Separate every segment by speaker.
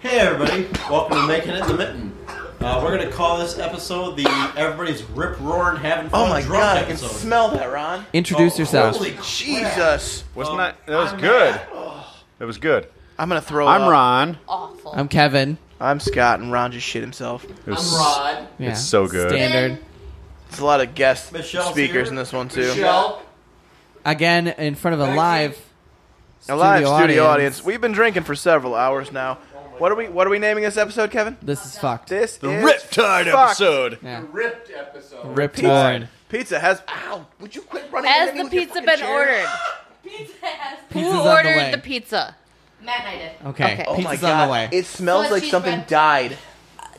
Speaker 1: Hey everybody, welcome to Making It the Mitten. Uh, we're gonna call this episode the Everybody's Rip Roaring Having Fun
Speaker 2: Oh my
Speaker 1: Drunk
Speaker 2: god, I can
Speaker 1: episode.
Speaker 2: smell that, Ron.
Speaker 3: Introduce
Speaker 1: Oh,
Speaker 3: yourself.
Speaker 1: Holy crap.
Speaker 2: Jesus.
Speaker 4: Wasn't
Speaker 1: Oh,
Speaker 4: that? That was
Speaker 1: I'm
Speaker 4: good.
Speaker 1: mad.
Speaker 4: That was good.
Speaker 2: I'm gonna throw
Speaker 4: I'm
Speaker 2: up.
Speaker 4: Ron.
Speaker 5: awful.
Speaker 3: I'm Kevin.
Speaker 2: I'm Scott, and Ron just shit himself.
Speaker 4: It was-
Speaker 6: Rod.
Speaker 3: Yeah.
Speaker 4: It's so good.
Speaker 3: Standard.
Speaker 2: There's a lot of guest
Speaker 1: Michelle's
Speaker 2: speakers
Speaker 1: here.
Speaker 2: in this one, too.
Speaker 6: Michelle.
Speaker 3: Again, in front of a live.
Speaker 2: a live
Speaker 3: studio
Speaker 2: studio
Speaker 3: audience.
Speaker 2: audience. We've been drinking for several hours now. What are we What are we naming this episode, Kevin?
Speaker 3: This is fucked.
Speaker 2: This
Speaker 4: The
Speaker 2: is
Speaker 4: Riptide
Speaker 2: fucked.
Speaker 4: episode.
Speaker 3: Yeah.
Speaker 6: Ripped episode.
Speaker 3: Ripped
Speaker 2: Pizza.
Speaker 3: hard.
Speaker 2: Pizza has. Ow! Would you quit running?
Speaker 5: Has
Speaker 2: at me
Speaker 5: the
Speaker 2: with your
Speaker 5: pizza
Speaker 2: fucking
Speaker 5: been
Speaker 2: chair?
Speaker 5: ordered?
Speaker 3: Pizza's
Speaker 5: Who
Speaker 3: on the way.
Speaker 5: ordered the pizza?
Speaker 7: Matt and I did.
Speaker 3: Okay.
Speaker 5: Okay.
Speaker 2: Oh
Speaker 3: Pizza's
Speaker 2: my
Speaker 3: on
Speaker 2: god!
Speaker 3: the way.
Speaker 2: It smells
Speaker 7: Slice
Speaker 2: like
Speaker 7: cheese
Speaker 2: something
Speaker 7: bread.
Speaker 2: died.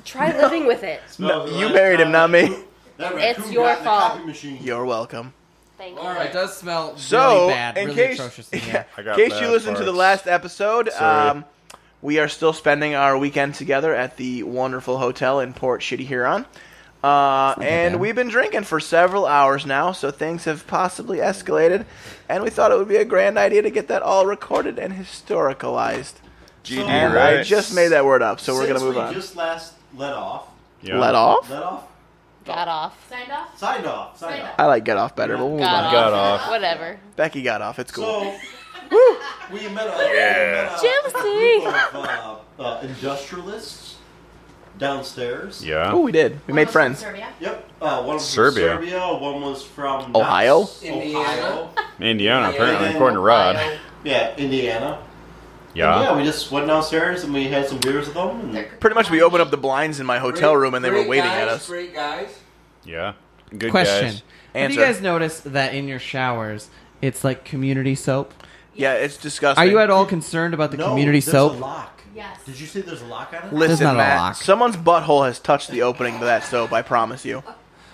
Speaker 7: Try living with it.
Speaker 1: Smells
Speaker 2: you
Speaker 1: like
Speaker 2: buried him, not me.
Speaker 1: that
Speaker 5: It's
Speaker 1: raccoon
Speaker 5: your
Speaker 1: got in the
Speaker 5: fault.
Speaker 1: copy machine.
Speaker 2: You're welcome.
Speaker 7: Thank
Speaker 6: All
Speaker 7: you.
Speaker 3: It
Speaker 6: right.
Speaker 3: does smell
Speaker 2: So,
Speaker 3: really bad,
Speaker 2: in
Speaker 3: really
Speaker 2: case-
Speaker 3: atrocious. in there.
Speaker 4: I
Speaker 2: In
Speaker 4: got
Speaker 2: case you
Speaker 4: bad
Speaker 2: listened to the
Speaker 4: farts.
Speaker 2: last episode,
Speaker 4: Sorry.
Speaker 2: um, we are still spending our weekend together at the wonderful hotel in Port Shitty Huron. Uh, and
Speaker 3: bad.
Speaker 2: we've been drinking for several hours now, so things have possibly escalated. And we thought it would be a grand idea to get that all recorded and historicalized.
Speaker 4: GD,
Speaker 2: And
Speaker 4: right?
Speaker 2: I just made that word up, so we're
Speaker 1: Since
Speaker 2: going to move
Speaker 1: we
Speaker 2: on.
Speaker 1: just last let off.
Speaker 4: Yeah.
Speaker 2: Let off?
Speaker 1: Let off?
Speaker 5: Got off.
Speaker 7: Signed off?
Speaker 1: Signed off. Signed
Speaker 7: Signed
Speaker 1: off.
Speaker 2: I like get off better, but we'll move on.
Speaker 5: Got Oh off.
Speaker 4: Got off.
Speaker 5: Whatever.
Speaker 2: Becky got off. It's cool.
Speaker 1: So, we met uh, a, we
Speaker 5: Gypsy.
Speaker 1: met a group of uh, uh, industrialists downstairs.
Speaker 4: Yeah.
Speaker 2: oh, we did. We
Speaker 7: One
Speaker 2: made
Speaker 7: was from
Speaker 2: friends.
Speaker 7: Serbia.
Speaker 1: Yep. Uh, one was
Speaker 4: Serbia.
Speaker 1: from Serbia. One was from
Speaker 2: Ohio?
Speaker 1: Knox, Ohio.
Speaker 6: Indiana.
Speaker 4: Indiana, apparently,
Speaker 1: Yeah.
Speaker 4: according to Rod.
Speaker 1: Yeah, Indiana. And
Speaker 4: Yeah.
Speaker 1: yeah, we just went downstairs and we had some beers with them. And
Speaker 7: They're
Speaker 2: Pretty much, we opened up the blinds in my hotel room, and they were
Speaker 6: Great
Speaker 2: waiting
Speaker 6: guys,
Speaker 2: at us.
Speaker 6: Great guys.
Speaker 4: Yeah. Good
Speaker 3: Question.
Speaker 4: guys.
Speaker 3: Have you
Speaker 2: Answer.
Speaker 3: guys noticed that in your showers, it's like community soap?
Speaker 2: Yeah, it's disgusting.
Speaker 3: Are you at all concerned about the
Speaker 1: no,
Speaker 3: community
Speaker 1: there's
Speaker 3: soap?
Speaker 1: A lock.
Speaker 7: Yes.
Speaker 1: Did you say there's a lock on it?
Speaker 3: There's
Speaker 2: Listen,
Speaker 3: not a
Speaker 2: Matt,
Speaker 3: lock.
Speaker 2: someone's butthole has touched the opening to that soap. I promise you.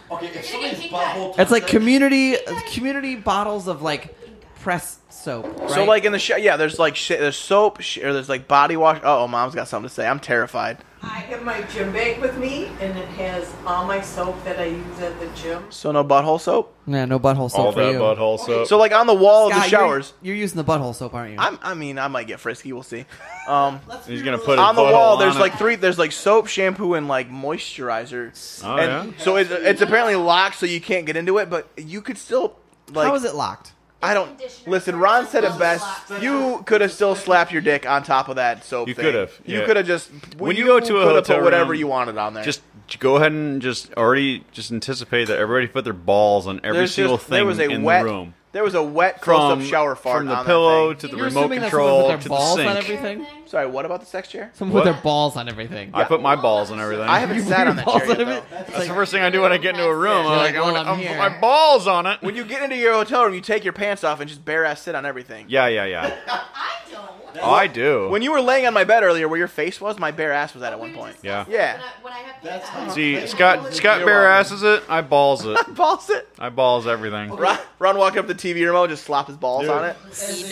Speaker 1: Okay, if
Speaker 7: You're gonna
Speaker 1: somebody's
Speaker 7: get
Speaker 1: butthole.
Speaker 3: It's like
Speaker 1: touched it-
Speaker 3: community community bottles of like press soap.
Speaker 2: So
Speaker 3: right?
Speaker 2: like in the show, yeah, there's like shit, there's soap, sh- or there's like body wash. Oh, mom's got something to say. I'm terrified.
Speaker 8: I have my gym bag with me, and it has all my soap that I use at the gym.
Speaker 2: So no butthole soap.
Speaker 3: yeah, no butthole soap
Speaker 4: All
Speaker 3: for
Speaker 4: that
Speaker 3: you.
Speaker 4: butthole soap.
Speaker 2: So like on the wall of
Speaker 3: Scott,
Speaker 2: Oh, the
Speaker 3: you're-
Speaker 2: showers.
Speaker 3: You're, using the butthole soap, aren't you?
Speaker 2: I'm, I mean, I might get frisky. We'll see. Um,
Speaker 1: Let's
Speaker 4: He's
Speaker 1: be
Speaker 4: gonna
Speaker 1: real-
Speaker 4: put it-
Speaker 2: on the
Speaker 4: butthole
Speaker 2: wall,
Speaker 4: on
Speaker 2: there's
Speaker 4: it.
Speaker 2: like three. There's like soap, shampoo, and like moisturizer.
Speaker 4: oh, yeah.
Speaker 2: and so it's, it's apparently locked, so you can't get into it. But you could still like.
Speaker 3: How is it locked?
Speaker 2: I don't listen. Ron said it best. You could have still slapped your dick on top of that soap.
Speaker 4: You
Speaker 2: thing.
Speaker 4: could've,
Speaker 2: You
Speaker 4: yeah.
Speaker 2: could have just
Speaker 4: When you go to a
Speaker 2: coulda
Speaker 4: hotel
Speaker 2: put whatever
Speaker 4: room,
Speaker 2: you wanted on there.
Speaker 4: Just go ahead and just already just anticipate that everybody put their balls on every
Speaker 2: There's
Speaker 4: single
Speaker 2: just-
Speaker 4: thing
Speaker 2: there was a
Speaker 4: in
Speaker 2: wet,
Speaker 4: the room.
Speaker 2: There was a wet close-up
Speaker 4: From
Speaker 2: shower fart
Speaker 4: from the
Speaker 2: on that
Speaker 4: pillow
Speaker 2: thing.
Speaker 4: to the
Speaker 3: You're
Speaker 4: remote
Speaker 3: assuming that someone
Speaker 4: control
Speaker 3: put
Speaker 4: to
Speaker 3: their
Speaker 4: the
Speaker 3: balls
Speaker 4: sink.
Speaker 3: on everything.
Speaker 2: Sorry, what about the sex chair?
Speaker 3: Someone put
Speaker 4: What?
Speaker 3: their balls on everything.
Speaker 4: I put my balls on everything.
Speaker 2: I haven't sat on that chair yet,
Speaker 3: Balls on
Speaker 2: though.
Speaker 3: everything.
Speaker 4: That's the first thing I do when I get into a room. I'm
Speaker 3: You're like,
Speaker 4: like, I want
Speaker 3: well, I'm
Speaker 4: to put
Speaker 3: here.
Speaker 4: my balls on it.
Speaker 2: When you get into your hotel room, you take your pants off and just bare ass sit on everything.
Speaker 4: Yeah, yeah, yeah.
Speaker 7: I don't.
Speaker 4: Oh, I do.
Speaker 2: When you were laying on my bed earlier, where your face was, my bare ass was at at
Speaker 7: Oh, We
Speaker 2: one
Speaker 7: were
Speaker 2: point.
Speaker 7: just
Speaker 4: Yeah.
Speaker 7: discussing
Speaker 2: Yeah,
Speaker 7: When I, when I have
Speaker 1: That's
Speaker 7: pizza.
Speaker 1: how-
Speaker 4: See, Scott Scott
Speaker 2: You're
Speaker 4: bare
Speaker 2: welcome.
Speaker 4: asses it. I balls it.
Speaker 2: balls it.
Speaker 4: I balls everything.
Speaker 2: Ron, Ron walked up to the TV remote, just slop his balls
Speaker 4: Dude.
Speaker 2: on it.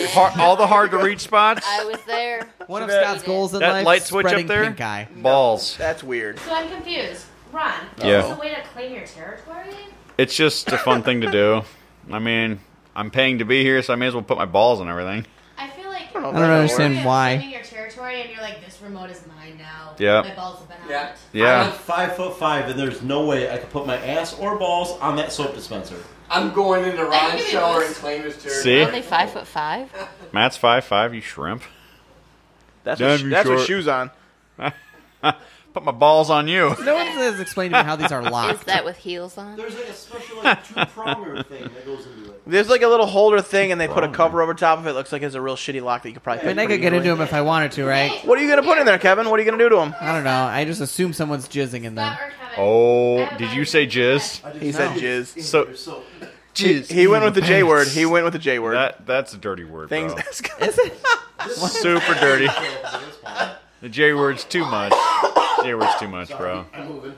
Speaker 4: Har- all the hard to reach spots.
Speaker 5: I was there.
Speaker 3: One of
Speaker 4: That-
Speaker 3: Scott's goals in
Speaker 4: that
Speaker 3: life
Speaker 4: light switch up
Speaker 3: spreading
Speaker 4: there?
Speaker 3: pink eye.
Speaker 4: Balls.
Speaker 2: That's weird.
Speaker 7: So I'm confused. Ron,
Speaker 4: Yeah.
Speaker 7: is this a way to claim your territory?
Speaker 4: It's just a fun thing to do. I mean, I'm paying to be here, so I may as well put my balls on everything.
Speaker 7: I feel like
Speaker 2: I don't know if
Speaker 3: I don't
Speaker 2: that
Speaker 3: understand
Speaker 7: you're
Speaker 3: why.
Speaker 7: claiming your territory and you're like, this remote is mine now.
Speaker 4: Yeah.
Speaker 7: My balls have been on
Speaker 6: Yeah.
Speaker 7: it.
Speaker 1: I'm
Speaker 4: Yeah.
Speaker 1: five foot five, and there's no way I could put my ass or balls on that soap dispenser.
Speaker 6: I'm going into
Speaker 7: can
Speaker 6: Ron's
Speaker 7: give you
Speaker 6: shower
Speaker 7: this.
Speaker 6: and claim his territory.
Speaker 4: See?
Speaker 5: Only five foot five.
Speaker 4: Matt's five five. You shrimp.
Speaker 2: That's,
Speaker 4: Damn
Speaker 2: what,
Speaker 4: you,
Speaker 2: that's what
Speaker 4: short.
Speaker 2: shoes on.
Speaker 4: Put my balls on you.
Speaker 3: No one has explained to me how these are
Speaker 5: Is
Speaker 3: locked.
Speaker 5: that with heels on?
Speaker 1: There's like a special like two pronger thing that goes into it.
Speaker 2: There's like a little holder thing, and they put a
Speaker 4: Wrong.
Speaker 2: cover over top of it. Looks like it's a real shitty lock that you could probably.
Speaker 3: I mean,
Speaker 2: pick
Speaker 3: I could
Speaker 2: pretty
Speaker 3: get
Speaker 2: easily.
Speaker 3: into them if I wanted to, right?
Speaker 2: What are you gonna put in there, Kevin? What are you gonna do to him?
Speaker 3: I don't know. I just assume someone's jizzing in them.
Speaker 7: Scott or Kevin?
Speaker 4: Oh, did you say jizz?
Speaker 1: I did
Speaker 2: He
Speaker 1: not-
Speaker 2: said jizz.
Speaker 4: So-
Speaker 1: There's soap.
Speaker 4: Jizz.
Speaker 2: He went with the J word. He went with the J word.
Speaker 4: That Oh. that's a dirty word.
Speaker 2: Things.
Speaker 4: bro.
Speaker 3: Is it?
Speaker 4: super dirty.
Speaker 1: This one.
Speaker 4: The J word's too much. J word's too much, bro.
Speaker 1: I'm moving.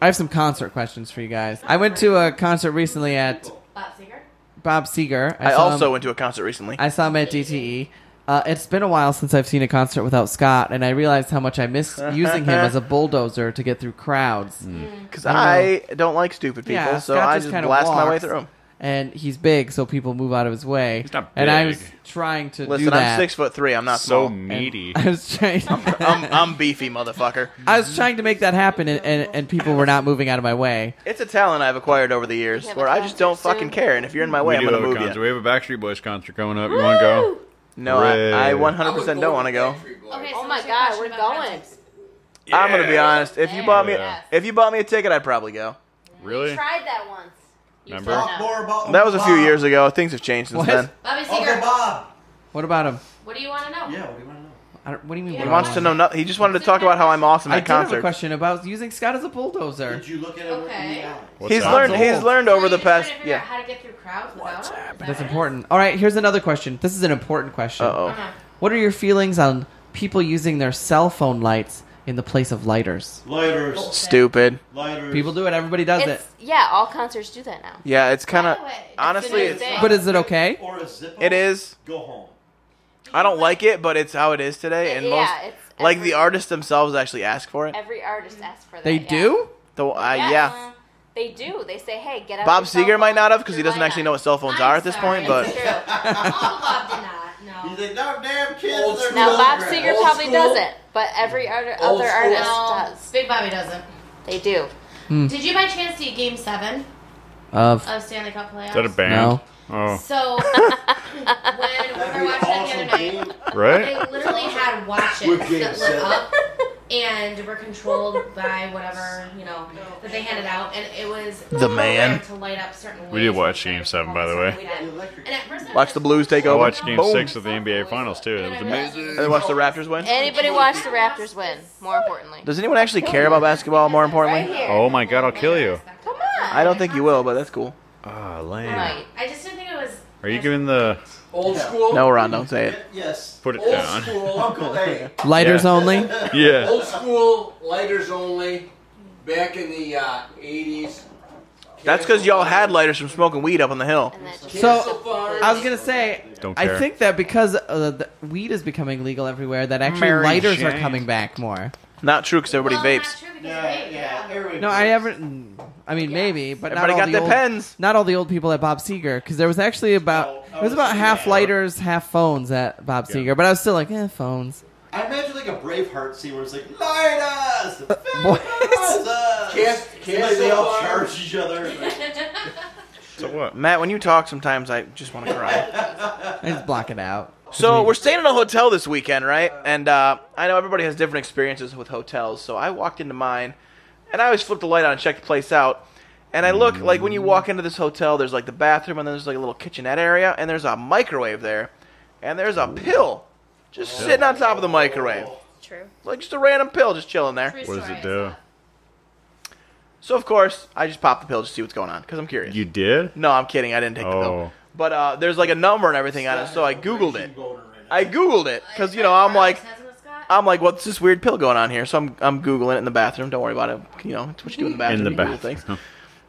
Speaker 3: I have some concert questions for you guys. I went to a concert recently at
Speaker 7: Bob Seger?
Speaker 3: Bob Seger.
Speaker 2: I
Speaker 3: saw him-
Speaker 2: also went to a concert recently.
Speaker 3: I saw him at DTE. Uh, it's been a while since I've seen a concert without Scott, and I realized how much I miss using him as a bulldozer to get through crowds.
Speaker 4: Hmm.
Speaker 2: Because
Speaker 3: I
Speaker 2: I don't like stupid people,
Speaker 3: Yeah,
Speaker 2: so
Speaker 3: Scott
Speaker 2: I
Speaker 3: just
Speaker 2: just
Speaker 3: kinda
Speaker 2: blast my way
Speaker 3: walks.
Speaker 2: through 'em.
Speaker 3: and he's big, so people move out of his way.
Speaker 4: He's not
Speaker 3: And I was
Speaker 4: big.
Speaker 3: trying to do
Speaker 2: Listen,
Speaker 3: that.
Speaker 2: I'm six foot three. I'm not
Speaker 4: so
Speaker 2: small.
Speaker 3: and
Speaker 4: meaty.
Speaker 3: I was trying.
Speaker 2: I'm, I'm beefy, motherfucker.
Speaker 3: I was trying to make that happen, and, and, and people were not moving out of my way.
Speaker 2: It's a talent I've acquired over the years
Speaker 5: have a
Speaker 2: where I just don't
Speaker 5: concert soon?
Speaker 2: fucking care. And if you're in my
Speaker 4: we
Speaker 2: way, I'm
Speaker 4: do
Speaker 2: gonna
Speaker 4: have a
Speaker 2: move
Speaker 4: concert.
Speaker 2: you.
Speaker 4: We have a Backstreet Boys concert going up. You want to go?
Speaker 2: No, I, I
Speaker 4: Hooray.
Speaker 6: I would
Speaker 2: 100%
Speaker 6: go
Speaker 2: don't want to
Speaker 6: with
Speaker 2: go.
Speaker 6: Backstreet Boys.
Speaker 7: Okay, so
Speaker 5: Oh my
Speaker 7: what's your
Speaker 5: God,
Speaker 7: question
Speaker 5: we're
Speaker 7: about
Speaker 5: going.
Speaker 7: concerts?
Speaker 2: I'm gonna be honest. If you bought me,
Speaker 4: Yeah.
Speaker 2: if you bought me a ticket, I'd probably go.
Speaker 4: Really?
Speaker 5: Tried that once. You
Speaker 4: Remember?
Speaker 5: said
Speaker 1: Talk
Speaker 5: no.
Speaker 1: more about Oh,
Speaker 2: That was a few
Speaker 1: Bob.
Speaker 2: years ago. Things have changed since
Speaker 3: What?
Speaker 2: then.
Speaker 7: Bobby
Speaker 1: Uncle
Speaker 7: Seeger,
Speaker 1: Bob.
Speaker 3: What about him?
Speaker 7: what do you want to know?
Speaker 1: Yeah, what do you want to know?
Speaker 3: I don't, what do you mean?
Speaker 7: He
Speaker 3: what
Speaker 2: He
Speaker 3: about
Speaker 2: wants to
Speaker 3: him?
Speaker 2: know. No, he just wanted to talk about how I'm awesome
Speaker 3: I
Speaker 2: at
Speaker 3: did have a
Speaker 2: concerts.
Speaker 3: question about using Scott as a bulldozer.
Speaker 1: Did you look at it
Speaker 7: Okay.
Speaker 1: in the eye?
Speaker 4: What's
Speaker 2: He's
Speaker 4: that?
Speaker 2: learned.
Speaker 3: What's
Speaker 2: He's
Speaker 3: up?
Speaker 2: learned
Speaker 7: So
Speaker 2: over
Speaker 7: you're
Speaker 2: the
Speaker 7: just trying
Speaker 2: past.
Speaker 7: to figure out
Speaker 2: Yeah.
Speaker 7: how to get through crowds without
Speaker 2: What's
Speaker 7: him? Is that
Speaker 3: That's
Speaker 7: it?
Speaker 3: important. All right, here's another question. This is an important
Speaker 2: Uh
Speaker 3: question.
Speaker 2: oh.
Speaker 7: Uh-huh.
Speaker 3: What are your feelings on people using their cell phone lights in the place of lighters?
Speaker 1: Lighters.
Speaker 2: Stupid.
Speaker 1: Lighters.
Speaker 3: People do it. Everybody does
Speaker 5: It's,
Speaker 3: it.
Speaker 5: yeah, all concerts do that now.
Speaker 2: Yeah, it's kind of.
Speaker 7: By the way, it's
Speaker 2: Honestly,
Speaker 7: a new
Speaker 2: it's-
Speaker 7: thing.
Speaker 3: But is it okay?
Speaker 1: Or a Zippo.
Speaker 2: It is.
Speaker 1: Go home.
Speaker 2: I don't like it, but it's how it is today. And
Speaker 5: yeah,
Speaker 2: most,
Speaker 5: it's
Speaker 2: like
Speaker 5: every-
Speaker 2: the artists themselves actually ask for it.
Speaker 5: Every artist asks for that.
Speaker 3: They
Speaker 5: yeah.
Speaker 3: do?
Speaker 2: The uh,
Speaker 5: Yes.
Speaker 2: yeah.
Speaker 5: They do. They say, hey, get out
Speaker 2: Bob
Speaker 5: your cell
Speaker 2: Seger might
Speaker 5: phone,
Speaker 2: not have because he
Speaker 5: your
Speaker 2: doesn't
Speaker 5: lineup.
Speaker 2: actually know what cell phones
Speaker 7: I'm
Speaker 2: are at this
Speaker 7: sorry.
Speaker 2: point. But
Speaker 5: It's true.
Speaker 7: Uncle Bob did not. No.
Speaker 1: He's like, no damn kids.
Speaker 6: Old
Speaker 1: they're
Speaker 6: school.
Speaker 5: Now,
Speaker 1: going
Speaker 5: Bob
Speaker 1: to
Speaker 6: Old
Speaker 5: Seger probably
Speaker 6: school.
Speaker 5: doesn't, but every other,
Speaker 6: Old
Speaker 5: other
Speaker 6: school.
Speaker 5: artist
Speaker 7: No,
Speaker 5: does.
Speaker 7: Big Bobby doesn't.
Speaker 5: They do.
Speaker 7: Did you by chance see Game Seven
Speaker 3: Of
Speaker 5: Uh,
Speaker 7: of Stanley Cup playoffs?
Speaker 4: Is that a band?
Speaker 3: no.
Speaker 4: Oh,
Speaker 7: So when we
Speaker 1: That'd
Speaker 7: were
Speaker 1: be an
Speaker 7: watching that the
Speaker 1: awesome
Speaker 7: other night,
Speaker 1: game.
Speaker 7: They
Speaker 4: right?
Speaker 7: literally had watches
Speaker 1: With
Speaker 7: that
Speaker 1: games,
Speaker 7: lit
Speaker 1: yeah.
Speaker 7: up and were controlled by whatever you know that they handed out, and it was
Speaker 2: The man.
Speaker 7: programmed to light up certain.
Speaker 4: We did
Speaker 7: ways
Speaker 4: watch
Speaker 7: when they
Speaker 4: Game
Speaker 7: were
Speaker 4: 7, by the
Speaker 7: performing,
Speaker 1: The
Speaker 7: so we did.
Speaker 1: electric-
Speaker 7: And at first I
Speaker 2: watch
Speaker 7: was
Speaker 2: the
Speaker 7: like,
Speaker 2: Blues take
Speaker 4: I
Speaker 2: over.
Speaker 4: watched Game
Speaker 2: Boom.
Speaker 4: Six of the NBA Finals too. It was amazing.
Speaker 2: And then watch the Raptors win.
Speaker 5: Anybody watch the Raptors win, more importantly.
Speaker 2: Does anyone actually care about basketball? More
Speaker 5: Right
Speaker 2: importantly,
Speaker 5: here.
Speaker 4: Oh my god, I'll kill you.
Speaker 5: Come on.
Speaker 2: I don't think you will, but that's cool.
Speaker 4: Ah, lame.
Speaker 5: Right.
Speaker 7: I just didn't think it was.
Speaker 4: Are you giving the
Speaker 6: Old school.
Speaker 2: No, Ron, don't say it.
Speaker 1: Yes. Oh,
Speaker 4: put it
Speaker 6: Old
Speaker 4: down?
Speaker 6: school Uncle A.
Speaker 3: Lighters
Speaker 4: Yeah.
Speaker 3: only?
Speaker 4: Yeah.
Speaker 6: Old school lighters only. Back in the uh, 80s.
Speaker 2: That's because y'all had lighters from smoking weed up on the hill.
Speaker 5: And that-
Speaker 3: So,
Speaker 6: farms.
Speaker 3: I was going to say,
Speaker 4: Don't care.
Speaker 3: I think that because uh, the weed is becoming legal everywhere, that actually
Speaker 4: Mary
Speaker 3: lighters are
Speaker 4: Jane.
Speaker 3: coming back more.
Speaker 2: Not true because everybody
Speaker 7: well,
Speaker 2: vapes.
Speaker 7: Not true because
Speaker 1: Yeah,
Speaker 7: they vape,
Speaker 1: yeah.
Speaker 7: yeah.
Speaker 1: everybody
Speaker 3: No, I
Speaker 1: does.
Speaker 3: haven't. I mean, maybe, but
Speaker 2: Everybody
Speaker 3: not
Speaker 2: got
Speaker 3: all the
Speaker 2: their
Speaker 3: old,
Speaker 2: pens.
Speaker 3: Not all the old people at Bob Seger, because there was actually about
Speaker 1: Oh, I
Speaker 3: it was
Speaker 1: was
Speaker 3: about
Speaker 1: thinking
Speaker 3: half
Speaker 1: that.
Speaker 3: lighters, half phones at Bob
Speaker 4: Yeah.
Speaker 3: Seger. But I was still like, eh, phones.
Speaker 1: I imagine like a Braveheart scene where it's like, light us!
Speaker 3: Boys.
Speaker 6: Kiss-
Speaker 1: And, like,
Speaker 6: kiss
Speaker 1: they all
Speaker 6: the
Speaker 1: charge each other.
Speaker 4: So what?
Speaker 2: Matt, when you talk, sometimes I just want to cry.
Speaker 3: I just block it out.
Speaker 2: so we're staying in a hotel this weekend, right? And uh, I know everybody has different experiences with hotels. So I walked into mine, and I always flip the light on and check the place out. And I look like when you walk into this hotel, there's like the bathroom, and then there's like a little kitchenette area, and there's a microwave there, and there's a pill just sitting on top of the microwave,
Speaker 5: True.
Speaker 2: like just a random pill just chilling there.
Speaker 7: True
Speaker 4: What does
Speaker 7: story,
Speaker 4: it do?
Speaker 2: So of course, I just popped the pill just to see what's going on because I'm curious.
Speaker 4: You did?
Speaker 2: no, I'm kidding. I didn't take the
Speaker 4: Oh.
Speaker 2: pill. But uh, there's like a number and everything on it, so I googled it. I
Speaker 1: I
Speaker 2: googled it
Speaker 7: I saw.
Speaker 2: because you know I'm like
Speaker 7: Hasn't it, Scott?
Speaker 2: I'm like what's this weird pill going on here? So I'm I'm googling it in the bathroom. Don't worry about it. You know it's what you do in the bathroom.
Speaker 4: In the
Speaker 2: you Google
Speaker 4: bathroom.
Speaker 2: things.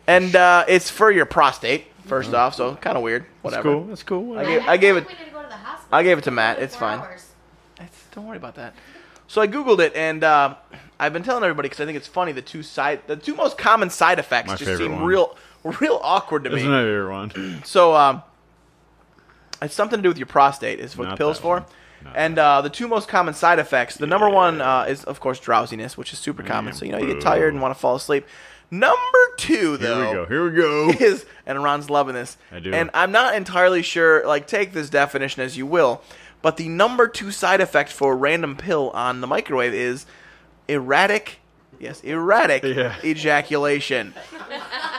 Speaker 2: And uh, it's for your prostate first off, so kind of weird.
Speaker 4: That's
Speaker 2: Whatever.
Speaker 4: Uh-huh. cool. That's cool.
Speaker 2: I
Speaker 7: I
Speaker 2: gave-
Speaker 7: think
Speaker 2: it-
Speaker 7: we need to go to the hospital.
Speaker 2: I gave it to Matt.
Speaker 7: Four
Speaker 2: It's fine.
Speaker 7: hours.
Speaker 2: It's- don't worry about that. So I googled it and uh, I've been telling everybody because I think it's funny. The two side the two most common side effects
Speaker 4: My
Speaker 2: just
Speaker 4: favorite
Speaker 2: seem
Speaker 4: one.
Speaker 2: real real awkward to me.
Speaker 4: Isn't that your one?
Speaker 2: So um, it's something to do with your prostate. Is what
Speaker 4: Not
Speaker 2: the pills
Speaker 4: that
Speaker 2: for.
Speaker 4: one. Not
Speaker 2: And uh, the two most common side effects. The number one uh, is of course drowsiness, which is super common. So you know you get tired and want to fall asleep. Number two,
Speaker 4: Here we go.
Speaker 2: though,
Speaker 4: Here we go.
Speaker 2: is and Ron's loving this.
Speaker 4: I do.
Speaker 2: And I'm not entirely sure. Like take this definition as you will, but the number two side effect for a random pill on the microwave is erratic. Yes, erratic
Speaker 4: Yeah.
Speaker 2: ejaculation.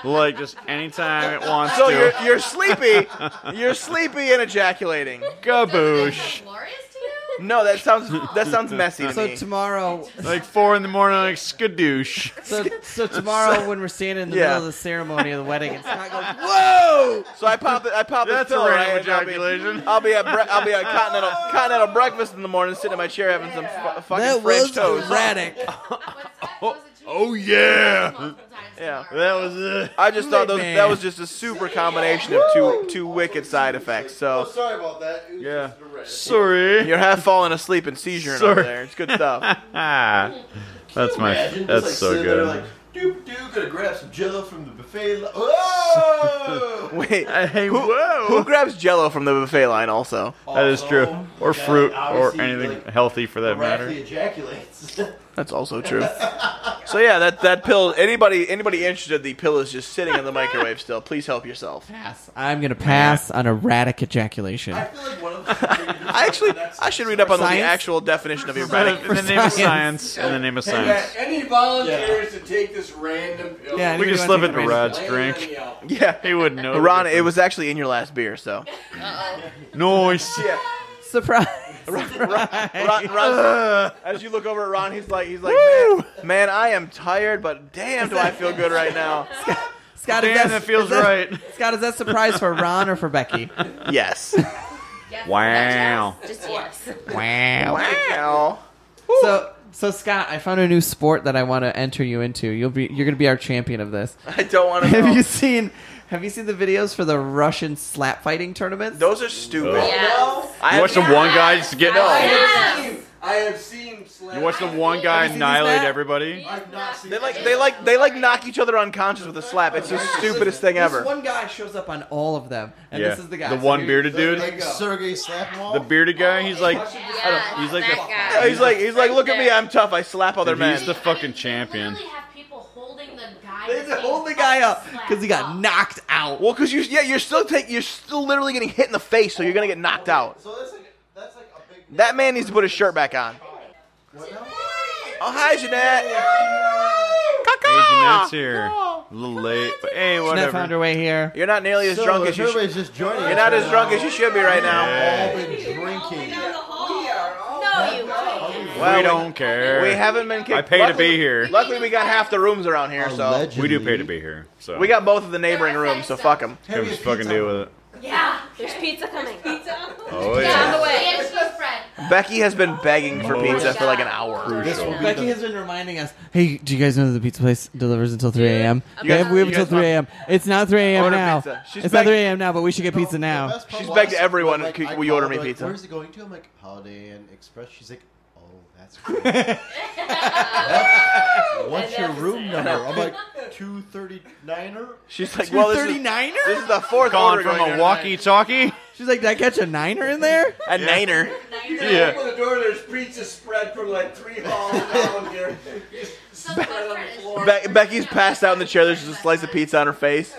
Speaker 4: Like just anytime it wants
Speaker 2: So you're,
Speaker 4: to.
Speaker 2: you're sleepy, you're sleepy and ejaculating.
Speaker 4: Kaboosh.
Speaker 7: Glorious to you?
Speaker 2: No, that sounds that sounds messy to
Speaker 3: So
Speaker 2: me.
Speaker 3: tomorrow,
Speaker 4: Like four in the morning, like skadoosh.
Speaker 3: so, so tomorrow when we're standing in the
Speaker 2: Yeah.
Speaker 3: middle of the ceremony of the wedding, it's not going.
Speaker 2: Whoa! Oh! So I pop it. I pop
Speaker 4: That's
Speaker 2: this
Speaker 4: a
Speaker 2: pill,
Speaker 4: random
Speaker 2: right? I'll be-
Speaker 4: ejaculation.
Speaker 2: I'll be at bre- I'll be at continental continental breakfast in the morning, sitting in my chair having some fu- fucking
Speaker 3: That
Speaker 2: French
Speaker 3: was
Speaker 2: toast.
Speaker 3: erratic.
Speaker 7: What's that? Those are two
Speaker 4: Oh yeah.
Speaker 7: multiple times
Speaker 2: Yeah.
Speaker 7: tomorrow.
Speaker 4: That was it.
Speaker 2: I just thought those,
Speaker 3: Man.
Speaker 2: that was just a super combination of two two wicked side effects.
Speaker 1: Oh,
Speaker 2: So
Speaker 1: sorry about that. It was
Speaker 4: Yeah.
Speaker 1: just a red.
Speaker 4: Sorry.
Speaker 2: you're half falling asleep and seizure over
Speaker 4: Sorry.
Speaker 2: there. It's good stuff.
Speaker 4: Ah, that's my.
Speaker 1: Imagine just,
Speaker 4: That's
Speaker 1: like,
Speaker 4: so
Speaker 1: sitting there,
Speaker 4: good.
Speaker 1: like, doop doo. Gonna grab some jello from the buffet. Li- Whoa!
Speaker 2: Wait,
Speaker 4: hey,
Speaker 2: who,
Speaker 4: whoa.
Speaker 2: who grabs Jello from the buffet line? Also,
Speaker 4: That is true.
Speaker 1: Also,
Speaker 4: Or
Speaker 1: that
Speaker 4: fruit, or
Speaker 1: obviously,
Speaker 4: anything
Speaker 1: like,
Speaker 4: healthy for that
Speaker 1: Correctly
Speaker 4: matter.
Speaker 1: ejaculates.
Speaker 2: that's also true. so yeah, that that pill. Anybody anybody interested? The pill is just sitting in the microwave still. Please help yourself.
Speaker 3: Pass. I'm gonna pass on erratic ejaculation.
Speaker 1: I feel like one of us.
Speaker 2: I actually I should read up on the
Speaker 3: Science?
Speaker 2: actual definition of
Speaker 4: In
Speaker 2: erratic.
Speaker 4: the name
Speaker 3: science.
Speaker 4: of science. In the name of
Speaker 6: Hey, uh,
Speaker 4: science.
Speaker 6: any volunteers to take this random pill?
Speaker 3: Yeah,
Speaker 4: We
Speaker 3: Anybody
Speaker 4: could
Speaker 3: wanna
Speaker 4: slip
Speaker 3: take
Speaker 4: it
Speaker 3: a
Speaker 4: into
Speaker 3: random-
Speaker 4: Rod's
Speaker 6: Lay it on
Speaker 4: drink.
Speaker 6: the elbow.
Speaker 2: Yeah.
Speaker 4: He wouldn't know. the
Speaker 2: Ron, it was
Speaker 4: difference.
Speaker 2: actually in your last beer, so.
Speaker 4: Nice.
Speaker 2: Yeah.
Speaker 3: Surprise.
Speaker 2: Ron, Ron, as you look over at Ron, he's like, he's like, man, man, I am tired, but damn, do I feel good right now.
Speaker 3: Scott, is that,
Speaker 4: Damn, that feels
Speaker 3: is that-
Speaker 4: right.
Speaker 3: Scott, is that surprise for Ron or for Becky?
Speaker 2: Yes.
Speaker 7: Yes,
Speaker 4: Wow.
Speaker 7: yes, Just yes.
Speaker 3: wow.
Speaker 2: Wow.
Speaker 3: So, so Scott, I found a new sport that I want to enter you into. You'll be, you're gonna be our champion of this.
Speaker 2: I don't want to know.
Speaker 3: Have you seen? Have you seen the videos for the Russian slap fighting tournaments?
Speaker 2: Those are stupid.
Speaker 3: Oh.
Speaker 4: Ugh.
Speaker 7: Yes.
Speaker 2: I
Speaker 4: You watch the
Speaker 2: have,
Speaker 4: one guy just get.
Speaker 6: I
Speaker 4: No.
Speaker 6: have
Speaker 7: Yes.
Speaker 6: seen. I have seen. Slap.
Speaker 4: You watch the one
Speaker 3: Have
Speaker 4: guy
Speaker 3: you seen these,
Speaker 4: annihilate
Speaker 3: Matt?
Speaker 4: everybody.
Speaker 1: I've not seen
Speaker 2: they like they like they like knock each other unconscious with a slap. It's the stupidest thing
Speaker 3: This
Speaker 2: ever.
Speaker 3: one guy shows up on all of them, and
Speaker 4: yeah.
Speaker 3: this is the guy. So
Speaker 4: one
Speaker 3: here-
Speaker 4: bearded
Speaker 3: there you
Speaker 4: dude.
Speaker 3: go.
Speaker 9: Sergey Slapmall.
Speaker 4: The bearded guy. He's like.
Speaker 7: Yes,
Speaker 4: He's like the-
Speaker 7: that
Speaker 2: Yeah,
Speaker 7: guy.
Speaker 2: He's like he's like look at me, I'm tough. I slap other
Speaker 4: He's
Speaker 2: men.
Speaker 4: the fucking champion.
Speaker 7: They literally have people holding the guy.
Speaker 3: They
Speaker 7: that's
Speaker 3: just
Speaker 7: getting
Speaker 3: hold the guy up
Speaker 7: slapped
Speaker 3: because he got
Speaker 7: up.
Speaker 3: knocked out.
Speaker 2: Well, because you yeah you're still taking you're still literally getting hit in the face, so you're gonna get knocked out.
Speaker 9: So that's like that's like a big.
Speaker 2: That man needs to put his shirt back on. Oh hi
Speaker 4: Hey, Jeanette's
Speaker 2: Jeanette.
Speaker 4: here. A little late, but hey,
Speaker 3: Jeanette found her
Speaker 4: whatever.
Speaker 3: way here.
Speaker 2: You're not nearly as drunk as you. Sh-
Speaker 9: everybody's just joining.
Speaker 2: you're not as drunk as you should be right now.
Speaker 9: All
Speaker 4: Yeah.
Speaker 9: been drinking.
Speaker 6: We are all.
Speaker 7: No, you can't.
Speaker 2: Well,
Speaker 4: we don't care.
Speaker 2: We haven't been kicked.
Speaker 4: I pay to be
Speaker 2: luckily-
Speaker 4: here.
Speaker 2: Luckily, we got half the rooms around here, so
Speaker 9: Allegedly.
Speaker 4: We do pay to be here. So
Speaker 2: we got both of the neighboring rooms. So fuck them.
Speaker 4: Yeah, we just fucking deal with it.
Speaker 7: Yeah.
Speaker 5: There's pizza coming.
Speaker 4: Oh
Speaker 7: Yeah,
Speaker 4: yeah.
Speaker 7: the way. And she's Fred.
Speaker 2: Becky has been begging for
Speaker 4: Oh,
Speaker 2: pizza
Speaker 4: yeah.
Speaker 2: for like an hour.
Speaker 9: This will be
Speaker 3: Becky
Speaker 9: the,
Speaker 3: has been reminding us, hey, do you guys know that the pizza place delivers until 3 a.m.? We have, we have
Speaker 2: you
Speaker 3: until
Speaker 2: guys
Speaker 3: 3 a.m. It's not 3 a.m.
Speaker 2: Order
Speaker 3: now.
Speaker 2: pizza. She's
Speaker 3: It's not
Speaker 2: back-
Speaker 3: 3 a.m. now, but we should get pizza
Speaker 9: The
Speaker 3: now.
Speaker 9: best part
Speaker 2: She's
Speaker 9: was,
Speaker 2: begged everyone,
Speaker 9: like,
Speaker 2: "Could-
Speaker 9: I
Speaker 2: will you order
Speaker 9: called,
Speaker 2: me
Speaker 9: like,
Speaker 2: pizza?"
Speaker 9: Where's it going to? I'm like Holiday Inn Express. She's like, oh, that's. Cool. That's- What's your room number? I'm like two thirty niner.
Speaker 2: She's like, well, this is,
Speaker 3: 39er?
Speaker 2: this is the fourth
Speaker 4: Calling
Speaker 2: order
Speaker 4: from
Speaker 2: going
Speaker 4: a
Speaker 2: in.
Speaker 4: walkie-talkie.
Speaker 3: She's like, did I catch a niner in there?
Speaker 2: A niner.
Speaker 6: You
Speaker 4: Yeah.
Speaker 6: open the door. There's pizza spread from like three halls down here. Just spread on the floor.
Speaker 2: Be- Becky's passed out in the chair. There's just a slice of pizza on her face.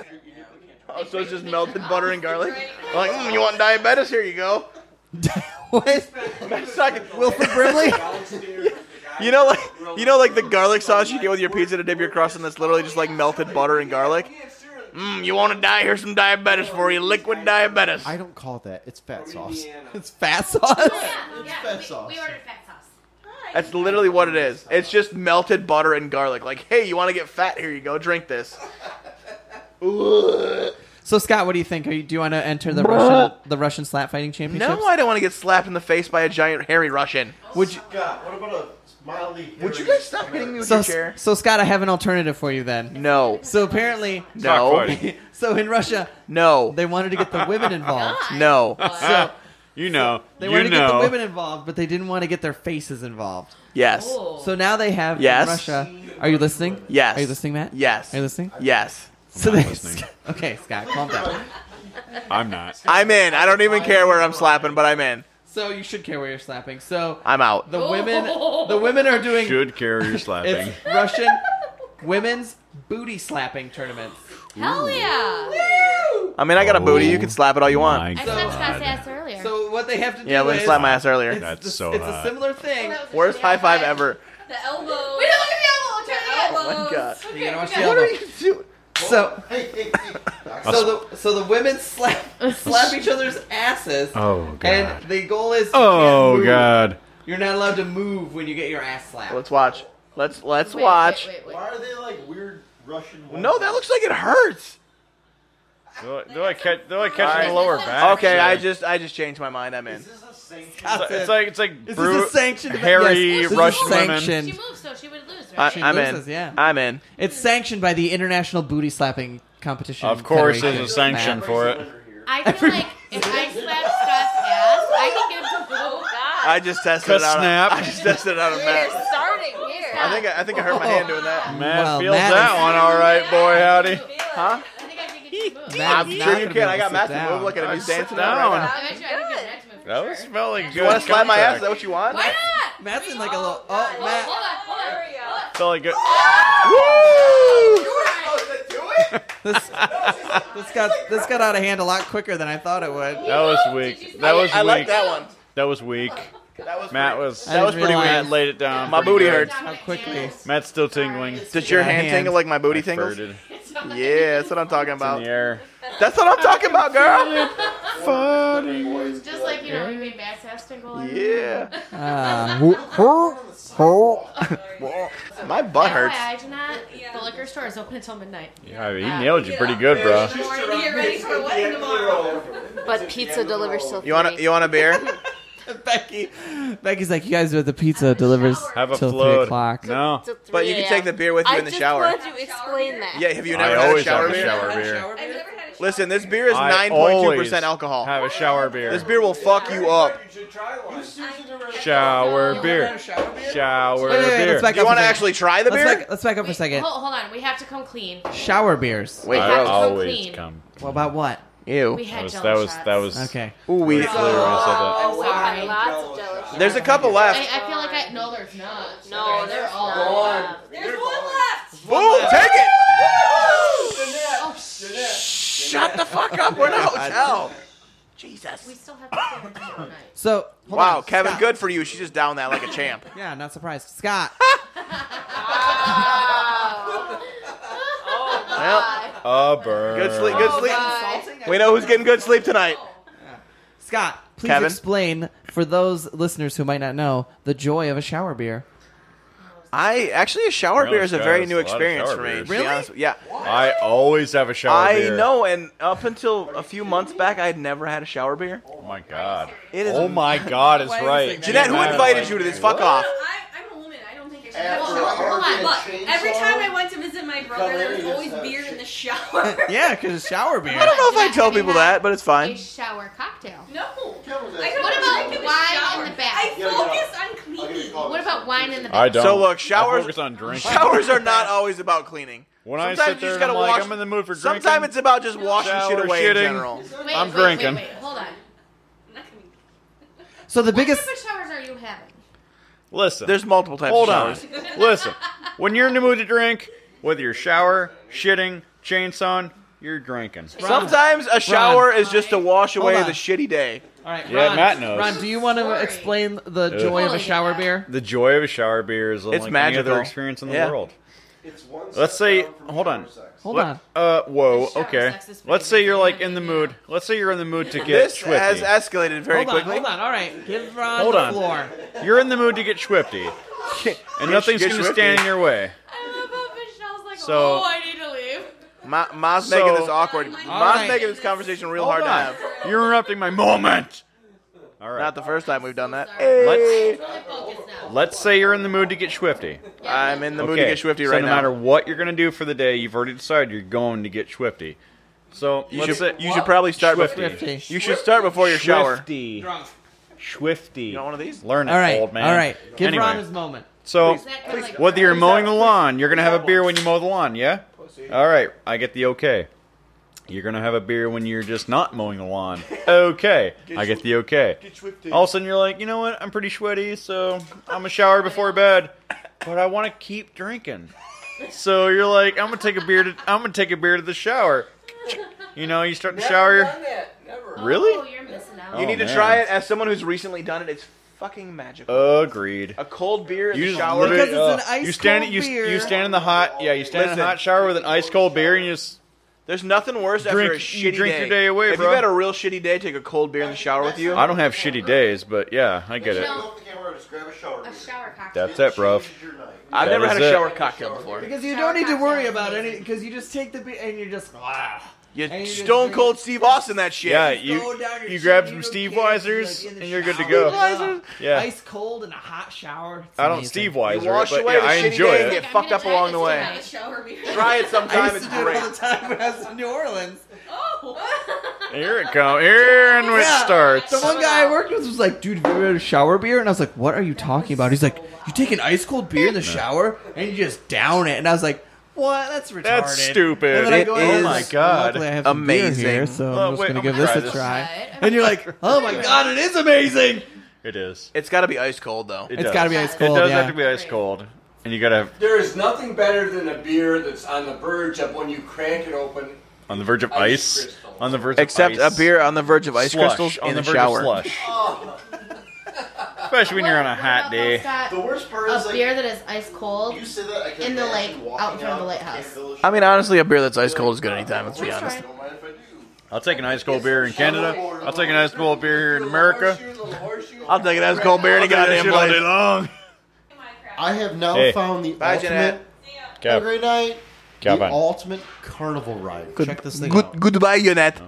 Speaker 2: Oh, so it's just melted butter and garlic. like, mm, you want diabetes? Here you go.
Speaker 3: what?
Speaker 2: Suck it.
Speaker 3: Wilfred Brimley?
Speaker 6: Downstairs,
Speaker 2: You know, like you know, like the garlic sauce you get with your pizza to dip your crust, and that's literally just like melted butter and garlic. Mm, you want to die? Here's some diabetes for you. Liquid diabetes.
Speaker 9: I don't call it that. It's fat sauce.
Speaker 3: It's fat sauce?
Speaker 7: Yeah, yeah,
Speaker 9: fat
Speaker 7: we,
Speaker 9: sauce.
Speaker 7: we ordered fat sauce.
Speaker 2: That's literally what it is. It's just melted butter and garlic. Like, hey, you want to get fat? Here you go. Drink this.
Speaker 3: So, Scott, what do you think? Are you, do you want to enter the Russian the Russian slap fighting championships?
Speaker 2: No, I don't want to get slapped in the face by a giant hairy Russian.
Speaker 3: Would you,
Speaker 1: God, what about a mildly?
Speaker 2: Would you guys stop hitting me with
Speaker 3: so,
Speaker 2: your chair?
Speaker 3: so, Scott, I have an alternative for you then.
Speaker 2: No.
Speaker 3: So, apparently,
Speaker 2: No.
Speaker 4: Cockfighting.
Speaker 3: so in Russia,
Speaker 2: No.
Speaker 3: they wanted to get the women involved.
Speaker 2: No.
Speaker 4: Ah, you know.
Speaker 3: They
Speaker 4: you
Speaker 3: wanted to get the
Speaker 4: know.
Speaker 3: women involved, but they didn't want to get their faces involved.
Speaker 2: Yes.
Speaker 3: So now they have in
Speaker 2: Yes.
Speaker 3: Russia. Are you listening?
Speaker 2: Yes.
Speaker 3: Are you listening, Matt?
Speaker 2: Yes.
Speaker 3: Are you listening?
Speaker 2: Yes.
Speaker 3: So
Speaker 4: not
Speaker 3: they,
Speaker 4: listening.
Speaker 3: okay, Scott, calm down.
Speaker 4: I'm not.
Speaker 2: I'm in. I don't even care where I'm slapping, but I'm in.
Speaker 3: So you should care where you're slapping. So
Speaker 2: I'm out.
Speaker 3: the women, the women are doing
Speaker 4: Should carry your slapping.
Speaker 3: it's Russian women's booty slapping tournaments.
Speaker 5: Hell yeah!
Speaker 2: I mean, I got a booty. You can slap it all you
Speaker 4: My
Speaker 2: want.
Speaker 4: God.
Speaker 5: I slapped Scott's ass earlier.
Speaker 3: So what they have to do
Speaker 2: Yeah, Lynn
Speaker 3: is
Speaker 2: slapped my ass
Speaker 3: it's
Speaker 2: earlier.
Speaker 4: That's
Speaker 3: the-
Speaker 4: so
Speaker 3: It's a
Speaker 4: hot.
Speaker 3: similar thing.
Speaker 2: Worst high five ever. Oh
Speaker 7: The elbow. Wait, look at the elbow. Try the elbow.
Speaker 2: My God.
Speaker 3: You gotta watch the
Speaker 2: What are
Speaker 3: elbow.
Speaker 2: you doing?
Speaker 3: So,
Speaker 9: Hey, hey, hey.
Speaker 3: so the so the women slap slap each other's asses.
Speaker 4: Oh god.
Speaker 3: And the goal is you can't
Speaker 4: Oh
Speaker 3: move.
Speaker 4: god.
Speaker 3: You're not allowed to move when you get your ass slapped.
Speaker 2: Let's watch. Let's let's watch.
Speaker 7: Wait, wait, wait.
Speaker 9: Why are they like weird Russian?
Speaker 2: No, that looks like it hurts.
Speaker 4: Do I, do I catch? Do I catch in
Speaker 2: Alright.
Speaker 4: the lower back?
Speaker 2: Okay,
Speaker 4: So-
Speaker 2: I just I just changed my mind. I'm in.
Speaker 9: Is this a sanctioned?
Speaker 3: That's
Speaker 4: It's
Speaker 3: it.
Speaker 4: like it's like
Speaker 3: This
Speaker 4: brew,
Speaker 3: is a sanctioned
Speaker 4: hairy
Speaker 3: yes, this is
Speaker 4: Russian women.
Speaker 3: sanctioned.
Speaker 7: She moves, so she would lose,
Speaker 2: I,
Speaker 7: right?
Speaker 2: I'm
Speaker 3: loses,
Speaker 2: in.
Speaker 3: yeah.
Speaker 2: I'm in.
Speaker 3: It's sanctioned by the International Booty Slapping Competition.
Speaker 4: Of course,
Speaker 3: Federation.
Speaker 4: there's a sanction for it.
Speaker 7: I feel like if I slap Scott's ass, I can give him. Oh God!
Speaker 2: I just tested it out.
Speaker 4: Ka-snap.
Speaker 2: I just tested it out of
Speaker 5: You're
Speaker 2: Matt.
Speaker 5: starting here.
Speaker 2: I think I, I think I hurt my hand doing that.
Speaker 4: Matt
Speaker 3: Well,
Speaker 4: feels
Speaker 3: Matt
Speaker 4: that
Speaker 3: is-
Speaker 4: one all right, boy, howdy.
Speaker 2: Huh?
Speaker 5: I think I could get you moved.
Speaker 3: Matt-
Speaker 2: I'm
Speaker 3: He's
Speaker 2: sure
Speaker 3: not
Speaker 2: you
Speaker 3: gonna be
Speaker 2: can.
Speaker 3: able
Speaker 2: I
Speaker 3: to
Speaker 2: got
Speaker 3: sit
Speaker 2: Matt
Speaker 3: down.
Speaker 2: moved. Look at him. He's
Speaker 4: Sit
Speaker 2: dancing
Speaker 4: down.
Speaker 2: around right now.
Speaker 5: I bet you I could get Matt's moved.
Speaker 4: That
Speaker 5: for
Speaker 4: was
Speaker 5: sure.
Speaker 4: really good.
Speaker 2: You want to slide my ass? Is that what you want?
Speaker 5: Why not?
Speaker 3: Matt's
Speaker 5: We
Speaker 3: in like a
Speaker 5: all
Speaker 3: little.
Speaker 5: got
Speaker 3: Oh,
Speaker 5: it.
Speaker 3: Matt.
Speaker 5: Hold on, hold on. Hold on.
Speaker 4: Felt like good.
Speaker 2: Woo!
Speaker 6: supposed to do it?
Speaker 3: This, this got this got out of hand a lot quicker than I thought it would.
Speaker 4: That was
Speaker 5: Did
Speaker 4: weak.
Speaker 5: you
Speaker 4: That
Speaker 5: see
Speaker 4: was
Speaker 5: it?
Speaker 2: I like
Speaker 4: weak.
Speaker 2: that one.
Speaker 4: That was weak.
Speaker 2: That was
Speaker 4: Matt
Speaker 2: pretty-
Speaker 4: was.
Speaker 3: I didn't
Speaker 2: That was pretty
Speaker 3: realize.
Speaker 4: Matt
Speaker 2: weak.
Speaker 4: laid it down.
Speaker 2: My
Speaker 4: pretty
Speaker 2: booty
Speaker 4: good.
Speaker 2: hurts.
Speaker 7: Dominic
Speaker 3: How quickly.
Speaker 7: Janice.
Speaker 4: Matt's still tingling.
Speaker 7: Sorry.
Speaker 2: Does your
Speaker 3: My
Speaker 2: hand
Speaker 3: hand.
Speaker 2: tingle like my booty
Speaker 4: I
Speaker 2: tingles?
Speaker 4: farted.
Speaker 2: Yeah, that's what I'm talking
Speaker 4: It's in
Speaker 2: about.
Speaker 4: the air.
Speaker 2: That's what I'm talking about, girl.
Speaker 5: Just like, you know, we made Matt's ass tingle.
Speaker 2: Yeah.
Speaker 3: Uh,
Speaker 2: My butt
Speaker 5: FYI,
Speaker 2: hurts.
Speaker 5: I do not. The liquor store is open until midnight.
Speaker 4: Yeah, he nailed you pretty good, bro.
Speaker 6: Just
Speaker 7: Morning,
Speaker 6: interrupt
Speaker 7: get
Speaker 6: me,
Speaker 7: ready
Speaker 6: it's
Speaker 7: for
Speaker 6: gonna be
Speaker 7: wedding
Speaker 6: at the
Speaker 7: tomorrow.
Speaker 6: roll.
Speaker 10: But pizza delivers still.
Speaker 2: You want a, you want a beer?
Speaker 3: Becky, Becky's like, you guys are the pizza delivers
Speaker 4: Have a
Speaker 3: till three
Speaker 4: float.
Speaker 3: o'clock.
Speaker 4: No.
Speaker 2: But you can take the beer with you
Speaker 10: I
Speaker 2: in the
Speaker 10: just
Speaker 2: shower.
Speaker 10: wanted to explain that.
Speaker 2: Yeah, have you
Speaker 4: I
Speaker 2: never had a
Speaker 4: always
Speaker 2: shower
Speaker 4: have a
Speaker 2: beer?
Speaker 4: shower beer.
Speaker 7: I've never had a
Speaker 2: Listen, this beer is
Speaker 4: I
Speaker 2: 9.2%
Speaker 4: always
Speaker 2: alcohol.
Speaker 4: Have a shower beer.
Speaker 2: This beer will fuck you up.
Speaker 6: You should try one.
Speaker 4: Shower beer. Shower
Speaker 3: Wait, wait, wait,
Speaker 4: beer.
Speaker 3: let's back
Speaker 2: Do you
Speaker 3: up.
Speaker 2: want
Speaker 3: for
Speaker 2: to
Speaker 3: a
Speaker 2: actually try the
Speaker 3: second. Let's
Speaker 2: beer?
Speaker 3: back, let's back up for a second.
Speaker 5: Hold, hold on, we have to come clean.
Speaker 4: Oh,
Speaker 3: Shower beers.
Speaker 2: Wait,
Speaker 4: I
Speaker 5: gross.
Speaker 4: always
Speaker 5: Clean.
Speaker 4: come.
Speaker 3: Well, about what?
Speaker 2: ew.
Speaker 5: We
Speaker 4: That
Speaker 5: had
Speaker 4: was
Speaker 5: jello
Speaker 4: that was
Speaker 5: shots.
Speaker 4: that was.
Speaker 3: Okay.
Speaker 2: Ooh, we.
Speaker 4: pretty clear when I said that.
Speaker 5: I'm sorry.
Speaker 10: Sorry, lots of jello shots.
Speaker 2: There's a couple
Speaker 5: I,
Speaker 2: left.
Speaker 5: I feel like I. No, there's not.
Speaker 10: No,
Speaker 5: they're
Speaker 10: there's
Speaker 5: all.
Speaker 10: not.
Speaker 6: One.
Speaker 7: There's one left.
Speaker 2: Boom, take it!
Speaker 5: Oh,
Speaker 2: Shut the fuck up, we're in a hotel.
Speaker 5: we still have to stay with tomorrow night.
Speaker 3: So hold
Speaker 2: Wow,
Speaker 3: on.
Speaker 2: Kevin,
Speaker 3: Scott.
Speaker 2: good for you. She just downed that like a champ.
Speaker 3: Yeah, not surprised. Scott,
Speaker 2: Well,
Speaker 4: A burn.
Speaker 2: good sleep,
Speaker 4: Oh,
Speaker 2: good sleep.
Speaker 10: Bye.
Speaker 2: We know who's getting good sleep tonight.
Speaker 3: Scott, please
Speaker 2: Kevin?
Speaker 3: explain for those listeners who might not know the joy of a shower beer.
Speaker 2: I actually a shower
Speaker 4: Really,
Speaker 2: beer is a
Speaker 4: Scott,
Speaker 2: very
Speaker 4: it's
Speaker 2: new
Speaker 4: a lot of
Speaker 2: experience
Speaker 4: shower
Speaker 2: for me.
Speaker 4: beers.
Speaker 2: To be honest with you. Yeah.
Speaker 4: I always have a shower
Speaker 2: I
Speaker 4: beer.
Speaker 2: know, and up until a few months back, I had never had a shower beer.
Speaker 4: Oh my god.
Speaker 2: It is.
Speaker 4: Oh my god, it's
Speaker 3: Why is
Speaker 4: right.
Speaker 3: it-
Speaker 2: Jeanette, who
Speaker 4: Matt,
Speaker 2: invited
Speaker 4: like,
Speaker 2: you to this? Fuck off.
Speaker 7: I'm a woman. I don't think I should have a
Speaker 9: After
Speaker 7: shower.
Speaker 9: a hard day of
Speaker 7: Look, every
Speaker 9: chainsaw,
Speaker 7: time I went to visit my brother, there was
Speaker 9: Hilarious,
Speaker 7: always
Speaker 9: that
Speaker 7: beer in
Speaker 9: shit.
Speaker 7: the shower.
Speaker 3: Yeah, because shower beer.
Speaker 2: I don't know if I tell people that, but it's
Speaker 5: A
Speaker 2: fine.
Speaker 5: shower cocktail.
Speaker 7: No.
Speaker 9: Cameras
Speaker 7: I
Speaker 9: out.
Speaker 7: don't
Speaker 5: What about
Speaker 7: drink in the
Speaker 5: wine
Speaker 7: shower.
Speaker 5: in the bath?
Speaker 7: I
Speaker 9: Yeah,
Speaker 7: focus on
Speaker 9: I'll give you a
Speaker 7: cleaning.
Speaker 9: call.
Speaker 5: What about wine in the
Speaker 4: I
Speaker 5: back?
Speaker 4: don't.
Speaker 2: So look,
Speaker 4: I
Speaker 2: showers-
Speaker 4: focus on drinking.
Speaker 2: Showers are not always about cleaning.
Speaker 4: When I
Speaker 2: Sometimes
Speaker 4: sit
Speaker 2: you
Speaker 4: there,
Speaker 2: just
Speaker 4: and I'm
Speaker 2: gotta
Speaker 4: like,
Speaker 2: wash.
Speaker 4: I'm in the mood for drinking.
Speaker 2: Sometimes it's about just washing shit
Speaker 4: Shower,
Speaker 2: away
Speaker 4: shitting.
Speaker 2: in general.
Speaker 5: Wait,
Speaker 4: I'm
Speaker 5: wait,
Speaker 4: drinking.
Speaker 5: Wait, wait, hold on.
Speaker 7: I'm not gonna be-
Speaker 3: So the biggest.
Speaker 5: What type of showers are you having?
Speaker 4: Listen.
Speaker 2: There's multiple types
Speaker 4: Hold
Speaker 2: of
Speaker 4: on.
Speaker 2: showers.
Speaker 4: Listen. When you're in the mood to drink, whether you're shower, shitting, chainsawing, you're drinking.
Speaker 2: Sometimes a shower is just to wash away
Speaker 3: Hold
Speaker 2: the
Speaker 3: on.
Speaker 2: shitty day.
Speaker 3: All right,
Speaker 4: Yeah,
Speaker 3: Ron,
Speaker 4: Matt knows. Uh,
Speaker 3: Ron, do you want to
Speaker 5: Sorry.
Speaker 3: explain the
Speaker 4: Ugh.
Speaker 3: joy of a
Speaker 5: Totally.
Speaker 3: shower beer?
Speaker 4: The joy of a shower beer is unlike any
Speaker 2: magical.
Speaker 4: other experience in the
Speaker 2: Yeah.
Speaker 4: world.
Speaker 9: It's one
Speaker 4: Let's
Speaker 9: step
Speaker 4: say-
Speaker 9: down from
Speaker 4: hold on.
Speaker 9: shower sex.
Speaker 3: Hold
Speaker 4: Let-
Speaker 3: on.
Speaker 4: Uh, whoa.
Speaker 5: Shower
Speaker 4: Okay.
Speaker 5: sex is pretty
Speaker 4: Let's say
Speaker 5: good.
Speaker 4: you're like in the mood. Let's say you're in the mood to get
Speaker 2: This
Speaker 4: swifty.
Speaker 2: has escalated very
Speaker 3: Hold on,
Speaker 2: quickly.
Speaker 3: hold on. All right, give Ron
Speaker 4: Hold
Speaker 3: the
Speaker 4: on.
Speaker 3: floor.
Speaker 4: You're in the mood to get swifty, and nothing's
Speaker 2: get
Speaker 4: going to
Speaker 2: swifty.
Speaker 4: stand in your way.
Speaker 5: I love how Michelle's like,
Speaker 4: So-
Speaker 5: oh, I need to leave.
Speaker 2: Ma- Ma's
Speaker 4: So-
Speaker 2: making this awkward. Ma's
Speaker 3: right.
Speaker 2: making this conversation real
Speaker 4: Hold
Speaker 2: hard
Speaker 4: on.
Speaker 2: to have.
Speaker 4: You're interrupting my moment. All right.
Speaker 2: Not the first time we've done that.
Speaker 5: Sorry.
Speaker 4: Let's
Speaker 5: Totally focused now.
Speaker 4: let's say you're in the mood to get swifty.
Speaker 2: I'm in the mood to
Speaker 4: Okay,
Speaker 2: get swifty
Speaker 4: so
Speaker 2: right
Speaker 4: no
Speaker 2: now.
Speaker 4: matter what you're going to do for the day, you've already decided you're going to get swifty. So
Speaker 2: you
Speaker 4: let's
Speaker 2: should
Speaker 4: say
Speaker 2: you should probably start before,
Speaker 4: Swifty.
Speaker 3: Swifty.
Speaker 2: you should start before your shower.
Speaker 4: Swifty. Swifty.
Speaker 2: You want one of these?
Speaker 4: Learn it,
Speaker 3: All right,
Speaker 4: old man.
Speaker 3: all right. Give
Speaker 4: anyway,
Speaker 3: Ron his moment.
Speaker 4: so
Speaker 5: Is that kind of like-
Speaker 4: whether you're mowing the lawn, you're going to have a beer when you mow the lawn, yeah?
Speaker 9: Pussy.
Speaker 4: All right, I get the okay. You're going to have a beer when you're just not mowing the lawn. Okay, I get the okay.
Speaker 9: Get swifty.
Speaker 4: All of a sudden, you're like, you know what? I'm pretty sweaty, so I'm gonna shower before bed, but I want to keep drinking. So you're like, I'm gonna take a beer. To, I'm gonna take a beer to the shower. You know, you start to shower.
Speaker 6: Never done that. Never.
Speaker 5: Oh,
Speaker 4: Really?
Speaker 5: you're missing out.
Speaker 2: You
Speaker 4: Oh,
Speaker 2: need to
Speaker 4: man.
Speaker 2: try it as someone who's recently done it. It's fucking magical.
Speaker 4: Agreed.
Speaker 2: a cold beer in
Speaker 4: You
Speaker 2: the
Speaker 4: just
Speaker 2: shower.
Speaker 4: literally-
Speaker 3: Because it's an
Speaker 4: uh, you
Speaker 3: ice
Speaker 4: stand,
Speaker 3: cold
Speaker 4: you,
Speaker 3: beer.
Speaker 4: You stand in the hot. Yeah, you stand in
Speaker 2: Listen.
Speaker 4: a hot shower with an ice cold beer, and you just.
Speaker 2: There's nothing worse after a
Speaker 4: Drink- you
Speaker 2: shitty
Speaker 4: drink
Speaker 2: day.
Speaker 4: your day away,
Speaker 2: if
Speaker 4: bro.
Speaker 2: you've had a real shitty day, take a cold beer in the shower with you.
Speaker 4: I don't have shitty days, but yeah, I get
Speaker 5: You
Speaker 4: it.
Speaker 5: know,
Speaker 9: Off the camera, just grab a shower.
Speaker 5: a shower cocktail.
Speaker 4: That's it, bruv.
Speaker 9: Changes your night.
Speaker 2: I've
Speaker 4: That
Speaker 2: never
Speaker 4: is
Speaker 2: had a
Speaker 4: it.
Speaker 2: shower cocktail before.
Speaker 3: Because you
Speaker 5: Shower
Speaker 3: don't need to worry
Speaker 5: cocktail.
Speaker 3: about any. Because you just take the beer and you're just. ah.
Speaker 2: You
Speaker 9: And you just
Speaker 2: stone
Speaker 9: drink-
Speaker 2: cold Steve Austin that shit.
Speaker 4: Yeah,
Speaker 9: Go
Speaker 4: you
Speaker 9: down your
Speaker 4: you grab
Speaker 9: chin,
Speaker 4: some
Speaker 9: you
Speaker 4: Steve
Speaker 9: don't care if
Speaker 4: Weisers
Speaker 9: you're, like, in the
Speaker 4: and you're good to
Speaker 9: shower.
Speaker 4: go.
Speaker 2: Weisers?
Speaker 4: Yeah,
Speaker 9: Ice cold in a hot shower. It's
Speaker 4: I don't
Speaker 9: amazing.
Speaker 4: Steve
Speaker 2: You
Speaker 4: Weiser,
Speaker 2: wash
Speaker 4: it, but
Speaker 2: away
Speaker 4: yeah,
Speaker 2: the
Speaker 4: I
Speaker 2: shitty
Speaker 4: enjoy
Speaker 2: days,
Speaker 4: it.
Speaker 2: get fucked up along the way. Try
Speaker 9: I
Speaker 2: it sometime,
Speaker 9: used
Speaker 2: it's
Speaker 9: to do it all
Speaker 2: great.
Speaker 9: the time when I was in New Orleans.
Speaker 4: Here it comes. Here and it
Speaker 9: Yeah.
Speaker 4: starts.
Speaker 9: The one guy I worked with was like,
Speaker 3: Dude, have you ever had a shower beer? And I was like, what are you talking about? He's like,
Speaker 9: you take an ice cold beer in the shower and you just down it. And I was like, what? That's retarded.
Speaker 4: That's stupid.
Speaker 9: And then I
Speaker 2: It
Speaker 9: go out-
Speaker 2: is
Speaker 4: oh my god.
Speaker 3: luckily I have some beer
Speaker 2: amazing.
Speaker 3: here, so I'm
Speaker 4: Oh,
Speaker 3: just
Speaker 4: wait,
Speaker 3: going to
Speaker 4: I'm
Speaker 3: give
Speaker 4: gonna
Speaker 3: this
Speaker 4: try
Speaker 3: a
Speaker 4: this.
Speaker 3: try.
Speaker 9: And you're like, oh my god, it is amazing.
Speaker 4: It is.
Speaker 2: It's got to be ice cold though.
Speaker 4: It
Speaker 3: It's
Speaker 4: does.
Speaker 3: got to be ice
Speaker 4: It
Speaker 3: cold.
Speaker 4: does
Speaker 3: yeah.
Speaker 4: have to be ice cold, and you gotta have
Speaker 6: There is nothing better than a beer that's on the verge of when you crack it open.
Speaker 4: on the verge of
Speaker 6: Ice
Speaker 4: ice.
Speaker 6: crystals.
Speaker 4: On the verge
Speaker 2: Except
Speaker 4: of ice.
Speaker 2: a beer on the verge of ice
Speaker 4: Slush,
Speaker 2: crystals
Speaker 4: on
Speaker 2: in
Speaker 4: the,
Speaker 2: the,
Speaker 4: verge
Speaker 2: shower.
Speaker 4: Of slush.
Speaker 6: Oh,
Speaker 4: Especially when you're on a hot day.
Speaker 5: A
Speaker 1: The worst part is like,
Speaker 5: beer that is ice cold.
Speaker 1: you said that I can
Speaker 5: in the
Speaker 1: imagine
Speaker 5: lake,
Speaker 1: walking
Speaker 5: out in front of the lighthouse.
Speaker 1: Campbell's
Speaker 2: I mean, honestly, a beer that's ice cold is good anytime. Let's be
Speaker 5: That's
Speaker 2: honest.
Speaker 5: right.
Speaker 6: Don't mind if I do.
Speaker 4: I'll take an ice cold beer in Canada. I'll take an ice cold beer here in America.
Speaker 2: I'll take an ice cold beer any
Speaker 4: I'll do
Speaker 2: goddamn
Speaker 4: that shit all day
Speaker 2: place.
Speaker 4: long.
Speaker 9: I have now
Speaker 4: Hey.
Speaker 9: found the
Speaker 2: Bye, Jeanette.
Speaker 9: ultimate. Have a
Speaker 4: Cap,
Speaker 9: great night.
Speaker 4: cap
Speaker 9: the
Speaker 4: on.
Speaker 9: ultimate carnival ride. Check this thing out.
Speaker 2: Good, goodbye, Yonette.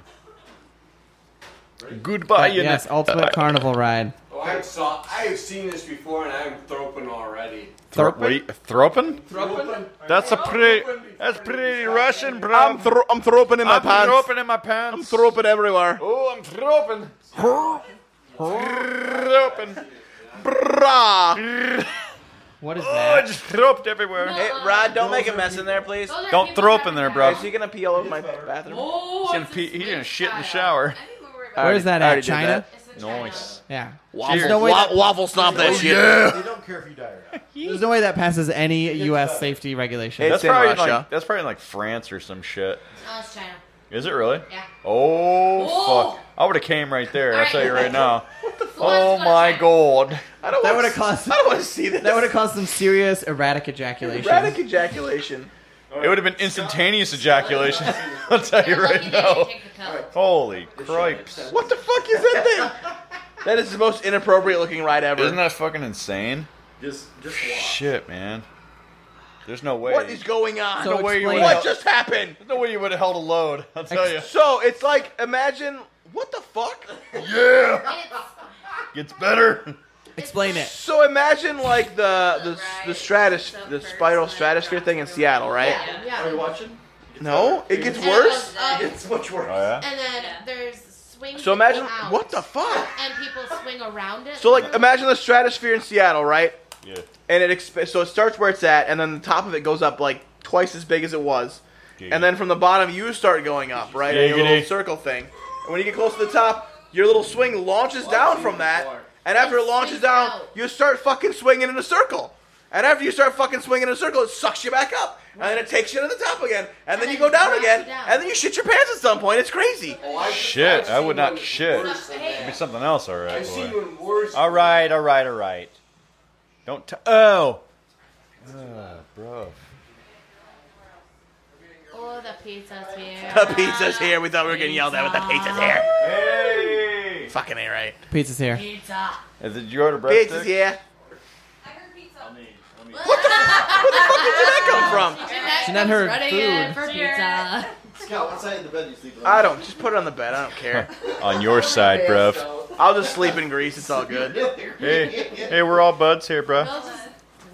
Speaker 4: Goodbye, you
Speaker 3: Yes, ultimate carnival ride.
Speaker 6: Oh, I saw. I have seen this before, and I'm throping already.
Speaker 4: Thro- what are you- Thropin?
Speaker 6: Throping.
Speaker 4: That's a pretty. That's pretty Russian, bro.
Speaker 2: I'm thro- I'm throping in my
Speaker 4: I'm
Speaker 2: pants.
Speaker 4: thropin' in my pants.
Speaker 2: I'm throping everywhere.
Speaker 4: Oh, I'm thropin'. Thropin'.
Speaker 2: Brah.
Speaker 3: What is
Speaker 4: Oh, I
Speaker 3: that?
Speaker 4: just throped everywhere.
Speaker 2: Hey, Rod, don't make a mess in there, please.
Speaker 5: Those are
Speaker 4: Don't
Speaker 5: people
Speaker 4: throw
Speaker 5: that
Speaker 4: up in there,
Speaker 5: have
Speaker 4: bro.
Speaker 2: Is he gonna pee all over my bathroom?
Speaker 5: Oh,
Speaker 4: He's gonna
Speaker 5: it's a
Speaker 4: pee- he's
Speaker 5: sweet
Speaker 4: gonna shit in the
Speaker 5: style.
Speaker 4: shower.
Speaker 5: I think we were
Speaker 2: I already-
Speaker 3: Where's that
Speaker 2: I
Speaker 3: at,
Speaker 2: already did
Speaker 3: China?
Speaker 2: that.
Speaker 5: It's in
Speaker 4: Nice.
Speaker 3: Yeah.
Speaker 2: Waffle,
Speaker 4: Cheers.
Speaker 3: No way
Speaker 2: wa-
Speaker 3: that-
Speaker 2: waffle stomp
Speaker 4: Oh,
Speaker 2: that shit.
Speaker 9: They don't care if you die or not.
Speaker 3: There's no way that passes any U.S. safety regulation.
Speaker 2: It's
Speaker 4: That's
Speaker 2: in
Speaker 4: probably in
Speaker 2: Russia.
Speaker 4: like that's probably in like France or some shit.
Speaker 5: China. No, Oh, it's China.
Speaker 4: Is it really?
Speaker 5: Yeah.
Speaker 4: Oh,
Speaker 5: Oh.
Speaker 4: fuck! I would have came right there. I'll
Speaker 5: Alright.
Speaker 4: tell you right now. oh
Speaker 5: Let's go
Speaker 4: my
Speaker 5: check.
Speaker 4: god!
Speaker 2: I don't
Speaker 3: That would
Speaker 2: want
Speaker 3: have
Speaker 2: to.
Speaker 3: caused
Speaker 2: I don't want to see this.
Speaker 3: that would have caused some serious erratic ejaculation.
Speaker 2: erratic ejaculation.
Speaker 4: It would have been instantaneous ejaculation. I'll tell you
Speaker 5: They're lucky
Speaker 4: right
Speaker 5: they didn't
Speaker 4: now.
Speaker 5: take the cup.
Speaker 4: Holy cripes!
Speaker 2: What the fuck is that thing? That is the most inappropriate looking ride ever.
Speaker 4: Isn't that fucking insane?
Speaker 1: Just, just
Speaker 4: Shit, man. There's no way.
Speaker 2: what is going on?
Speaker 3: So
Speaker 4: way you
Speaker 3: explain
Speaker 4: went
Speaker 2: what
Speaker 3: it.
Speaker 2: just happened?
Speaker 4: There's no way you would have held a load. I'll tell you.
Speaker 2: So it's like imagine what the fuck.
Speaker 4: Yeah,
Speaker 5: It's-
Speaker 4: gets better.
Speaker 3: Explain it.
Speaker 2: So imagine like the the the stratus the spiral
Speaker 10: first
Speaker 2: stratosphere thing in Seattle, right?
Speaker 5: Yeah, yeah.
Speaker 1: Are you watching?
Speaker 2: No, it gets
Speaker 5: And
Speaker 2: worse.
Speaker 5: up- up,
Speaker 1: It's much worse.
Speaker 4: Oh yeah.
Speaker 5: and then there's swing.
Speaker 2: So imagine
Speaker 5: people out,
Speaker 2: what the fuck.
Speaker 5: And people swing around it.
Speaker 2: So like imagine the stratosphere in Seattle, right?
Speaker 4: Yeah.
Speaker 2: And it exp- so it starts where it's at, and then the top of it goes up like twice as big as it was, and then from the bottom you start going up, right? In your little
Speaker 4: Giggity.
Speaker 2: circle thing. And when you get close to the top, your little swing launches down from that, and after it
Speaker 5: It
Speaker 2: launches
Speaker 5: swings
Speaker 2: down,
Speaker 5: out.
Speaker 2: you start fucking swinging in a circle. And after you start fucking swinging in a circle, it sucks you back up, and then it takes you to the top again, and then you go down
Speaker 5: drops
Speaker 2: again,
Speaker 5: you down.
Speaker 2: and then you shit your pants at some point. It's crazy.
Speaker 6: Oh, I've-
Speaker 4: Shit,
Speaker 6: I've
Speaker 4: I would
Speaker 6: seen
Speaker 4: not
Speaker 6: one
Speaker 4: shit.
Speaker 6: worse than
Speaker 5: Hey.
Speaker 4: Be
Speaker 6: that.
Speaker 4: something else, all right,
Speaker 6: I've seen
Speaker 4: boy.
Speaker 6: one worse.
Speaker 4: All right, all right, all right. Don't t- oh. Uh, bro.
Speaker 5: oh, the pizza's here.
Speaker 2: The pizza's here. We thought we were getting yelled at, but the pizza's here.
Speaker 4: Hey.
Speaker 2: Fucking ain't right.
Speaker 3: Pizza's here.
Speaker 5: Pizza.
Speaker 4: Did you order breadsticks?
Speaker 2: Pizza's here.
Speaker 5: What the
Speaker 2: Where'd that come from?
Speaker 5: Jeanette
Speaker 3: Jeanette heard
Speaker 5: running
Speaker 3: food.
Speaker 5: in for pizza.
Speaker 1: Scott, what side of the bed you sleeping on?
Speaker 2: I don't. Just put it on the bed. I don't care.
Speaker 4: On your side, bruv.
Speaker 2: I'll just sleep in Greece. It's all good.
Speaker 4: Hey, hey, we're all buds here, bruv.
Speaker 5: As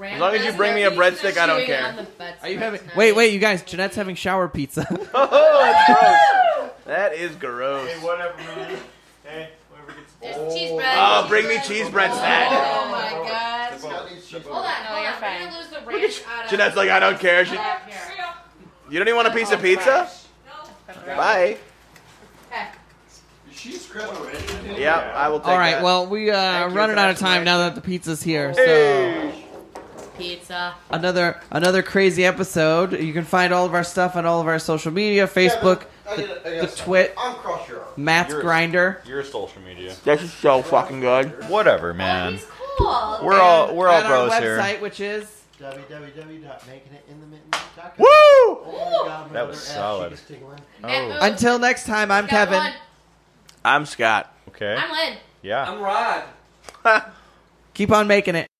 Speaker 2: As long as you bring me a breadstick, I don't care.
Speaker 3: Are you having? Wait, wait, you guys. Jeanette's having shower pizza.
Speaker 2: Oh, that's gross. That is gross.
Speaker 4: whatever, man. Hey, whatever gets
Speaker 5: There's cheese bread.
Speaker 2: Oh, bring me cheese bread snack.
Speaker 5: Oh my god.
Speaker 1: Scott needs cheese.
Speaker 5: Hold on,
Speaker 10: No,
Speaker 5: hold
Speaker 10: you're
Speaker 5: on. We're gonna lose the ranch out of
Speaker 2: Jeanette's like, I don't care. She,
Speaker 5: out of here.
Speaker 2: you don't even want a piece of pizza? Bye.
Speaker 1: She's crap already.
Speaker 2: Yep, I will take
Speaker 3: All right.
Speaker 2: that.
Speaker 3: Well, we uh, are
Speaker 2: you
Speaker 3: running
Speaker 2: for
Speaker 3: out of
Speaker 2: asking
Speaker 3: time
Speaker 2: that.
Speaker 3: now that the pizza's here. So
Speaker 2: Hey.
Speaker 5: Pizza.
Speaker 3: another another crazy episode. You can find all of our stuff on all of our social media: Facebook,
Speaker 1: I gotta-
Speaker 3: the,
Speaker 1: I gotta
Speaker 3: the
Speaker 1: stop.
Speaker 3: Twit,
Speaker 1: I'm cross your arm.
Speaker 3: Matt's
Speaker 4: Yours.
Speaker 3: Grinder.
Speaker 4: Your social media.
Speaker 2: This is so fucking good.
Speaker 4: Whatever, man.
Speaker 5: Oh, He's cool.
Speaker 4: We're all
Speaker 3: and
Speaker 4: we're all
Speaker 3: at our
Speaker 4: bros
Speaker 3: website,
Speaker 4: here.
Speaker 3: which is
Speaker 9: www.makingitinthemitten.com.
Speaker 2: Woo!
Speaker 9: Oh my God, my
Speaker 4: That was
Speaker 9: other ass
Speaker 4: solid.
Speaker 9: cheek is tingling.
Speaker 4: Oh,
Speaker 3: until next time. I'm
Speaker 5: Got
Speaker 3: Kevin.
Speaker 5: one.
Speaker 2: I'm Scott.
Speaker 4: okay.
Speaker 5: I'm Lynn.
Speaker 4: Yeah.
Speaker 6: I'm Rod.
Speaker 3: Keep on making it.